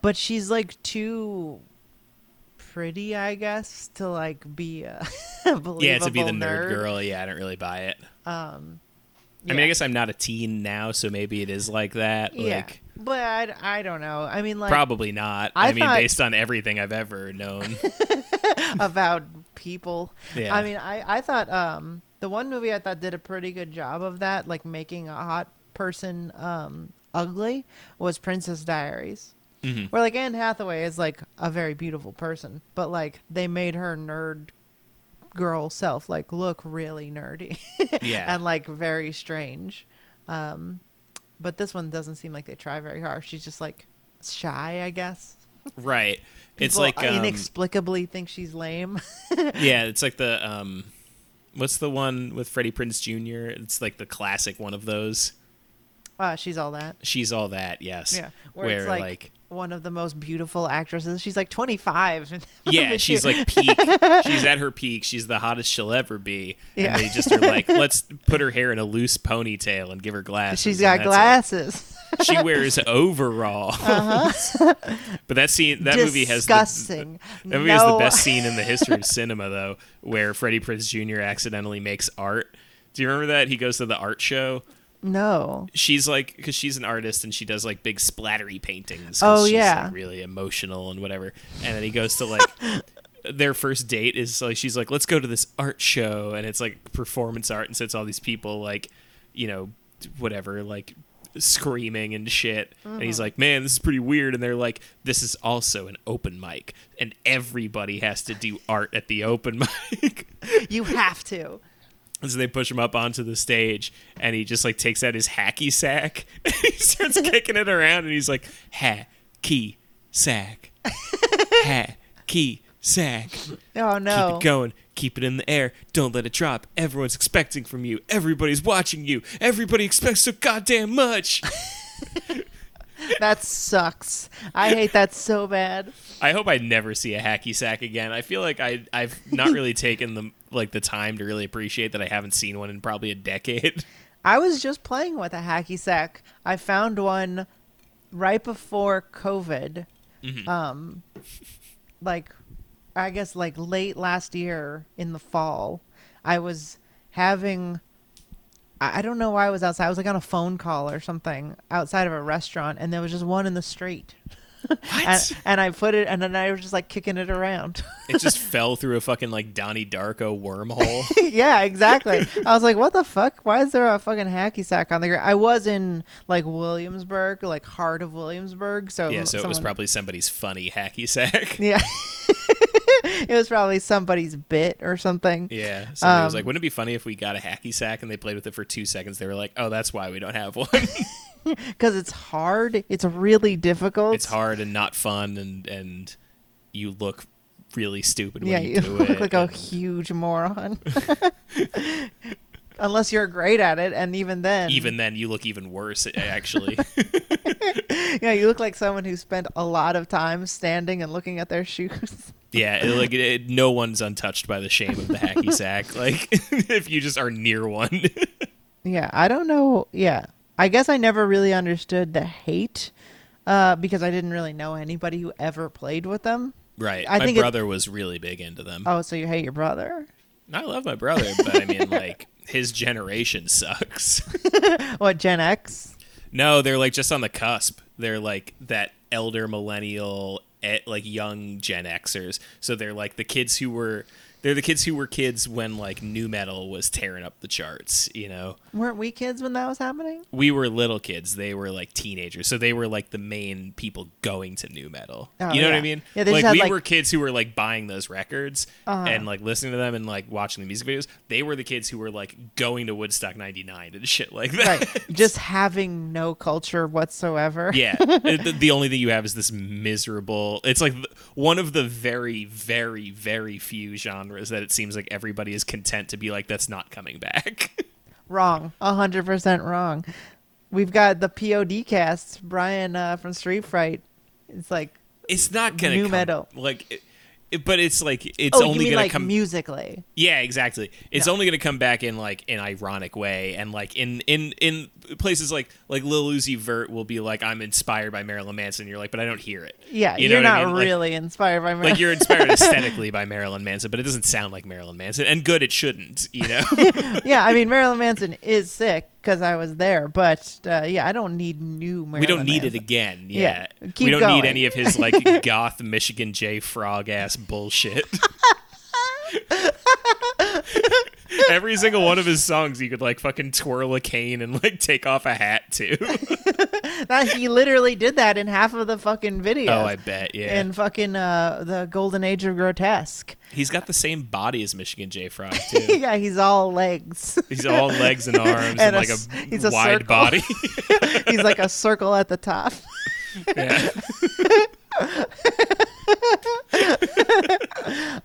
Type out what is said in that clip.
but she's like too pretty, I guess, to like be a believable yeah, to be the nerd, nerd. girl. Yeah, I don't really buy it. Um, I mean, I yeah. guess I'm not a teen now, so maybe it is like that. yeah, Like, but I, I don't know. I mean, like probably not. I, I mean, thought- based on everything I've ever known. about people. Yeah. I mean, I I thought um the one movie I thought did a pretty good job of that, like making a hot person um ugly, was Princess Diaries. Mm-hmm. Where like Anne Hathaway is like a very beautiful person, but like they made her nerd girl self like look really nerdy Yeah. and like very strange. Um but this one doesn't seem like they try very hard. She's just like shy, I guess. right. It's People like um, inexplicably think she's lame. yeah, it's like the um, what's the one with Freddie Prince Jr. It's like the classic one of those. uh, she's all that. She's all that. Yes. Yeah, where, it's like, one of the most beautiful actresses. She's like 25. Yeah, But she's she- like peak. She's at her peak. She's the hottest she'll ever be. Yeah. And they just are like, let's put her hair in a loose ponytail and give her glasses. she's and got that's it. glasses. she wears overalls. but that scene, that movie has the, Uh-huh. disgusting. that movie has the No. best scene in the history of cinema, though, where Freddie Prinze Jr. accidentally makes art. Do you remember that he goes to the art show? No. She's like, because she's an artist and she does like big splattery paintings. 'cause Oh, she's, yeah. like, really emotional and whatever. And then he goes to like. Their first date is like she's like, let's go to this art show, and it's like performance art, and so it's all these people like, you know, whatever, like screaming and shit. And Uh-huh. he's like, man, this is pretty weird. And they're like, this is also an open mic, and everybody has to do art at the open mic. You have to. And so they push him up onto the stage, and he just like takes out his hacky sack. And he starts kicking it around, and he's like, hacky sack, hacky sack. Oh, Keep no. it going. Keep it in the air. Don't let it drop. Everyone's expecting from you. Everybody's watching you. Everybody expects so goddamn much. That sucks. I hate that so bad. I hope I never see a hacky sack again. I feel like I I've not really taken the like the time to really appreciate that I haven't seen one in probably a decade. I was just playing with a hacky sack. I found one right before COVID. Um, like, I guess like late last year in the fall, I was having. I I don't know why I was outside. I was like on a phone call or something outside of a restaurant, and there was just one in the street. And, and I put it, and then I was just like kicking it around. It just fell through a fucking like Donnie Darko wormhole. yeah, exactly. I was like, what the fuck? Why is there a fucking hacky sack on the ground? I was in like Williamsburg, like heart of Williamsburg. So yeah, so it was someone- probably somebody's funny hacky sack. yeah, it was probably somebody's bit or something. Yeah, somebody Um, was like, "Wouldn't it be funny if we got a hacky sack?" And they played with it for two seconds. They were like, "Oh, that's why we don't have one. because it's hard. It's really difficult. it's hard and not fun, and and you look really stupid when Yeah, you, you do look it." like a huge moron. Unless you're great at it, and even then, even then, you look even worse. Actually, yeah, you look like someone who spent a lot of time standing and looking at their shoes. yeah, it, like it, it- no one's untouched by the shame of the hacky sack. Like if you just are near one, Yeah, I don't know. Yeah, I guess I never really understood the hate uh, because I didn't really know anybody who ever played with them. right? I my think it- brother was really big into them. Oh, so you hate your brother? I love my brother, but I mean, like, his generation sucks. What Gen X? no, they're like just on the cusp. They're like that elder millennial, eh, like young Gen Xers. So they're like the kids who were. They're the kids who were kids when like new metal was tearing up the charts, you know. Weren't we kids when that was happening? We were little kids, they were like teenagers. So they were like the main people going to new metal. Oh, you know what yeah. I mean? Yeah, they just like had, we like- Uh-huh. were kids who were like buying those records and like listening to them and like watching the music videos. They were the kids who were like going to Woodstock 99 and shit like that. Right. Just having no culture whatsoever. Yeah, It- the, the only thing you have is this miserable. It's like th- one of the very, very, very few genres that it seems like everybody is content to be like, that's not coming back. Wrong. A hundred percent wrong. We've got the POD cast, Brian uh, from Street Fright. It's like It's not gonna New come- metal. Like, it- it- but it's like it's oh, you only mean gonna like come. musically? yeah, exactly. It's only gonna come back in like an ironic way, and like in in in places like like Lil Uzi Vert will be like, "I'm inspired by Marilyn Manson." You're like, but I don't hear it. Yeah, are you know what I not mean? Like- really inspired by Marilyn. like you're inspired aesthetically by Marilyn Manson, but it doesn't sound like Marilyn Manson, and good it shouldn't, you know. yeah, I mean Marilyn Manson is sick because I was there, but uh, yeah, I don't need new Marilyn. we don't need it Manson. again. Yeah, Yeah, we keep don't going. need any of his like goth Michigan J Frog ass bullshit. Every single one of his songs, you could like fucking twirl a cane and like take off a hat too. That- he literally did that in half of the fucking videos. Oh, I bet. Yeah, In fucking uh, the golden age of grotesque. he's got the same body as Michigan J Frog too. yeah, he's all legs. He's all legs and arms and, And a like s- a, he's a wide circle. body. he's like a circle at the top. yeah.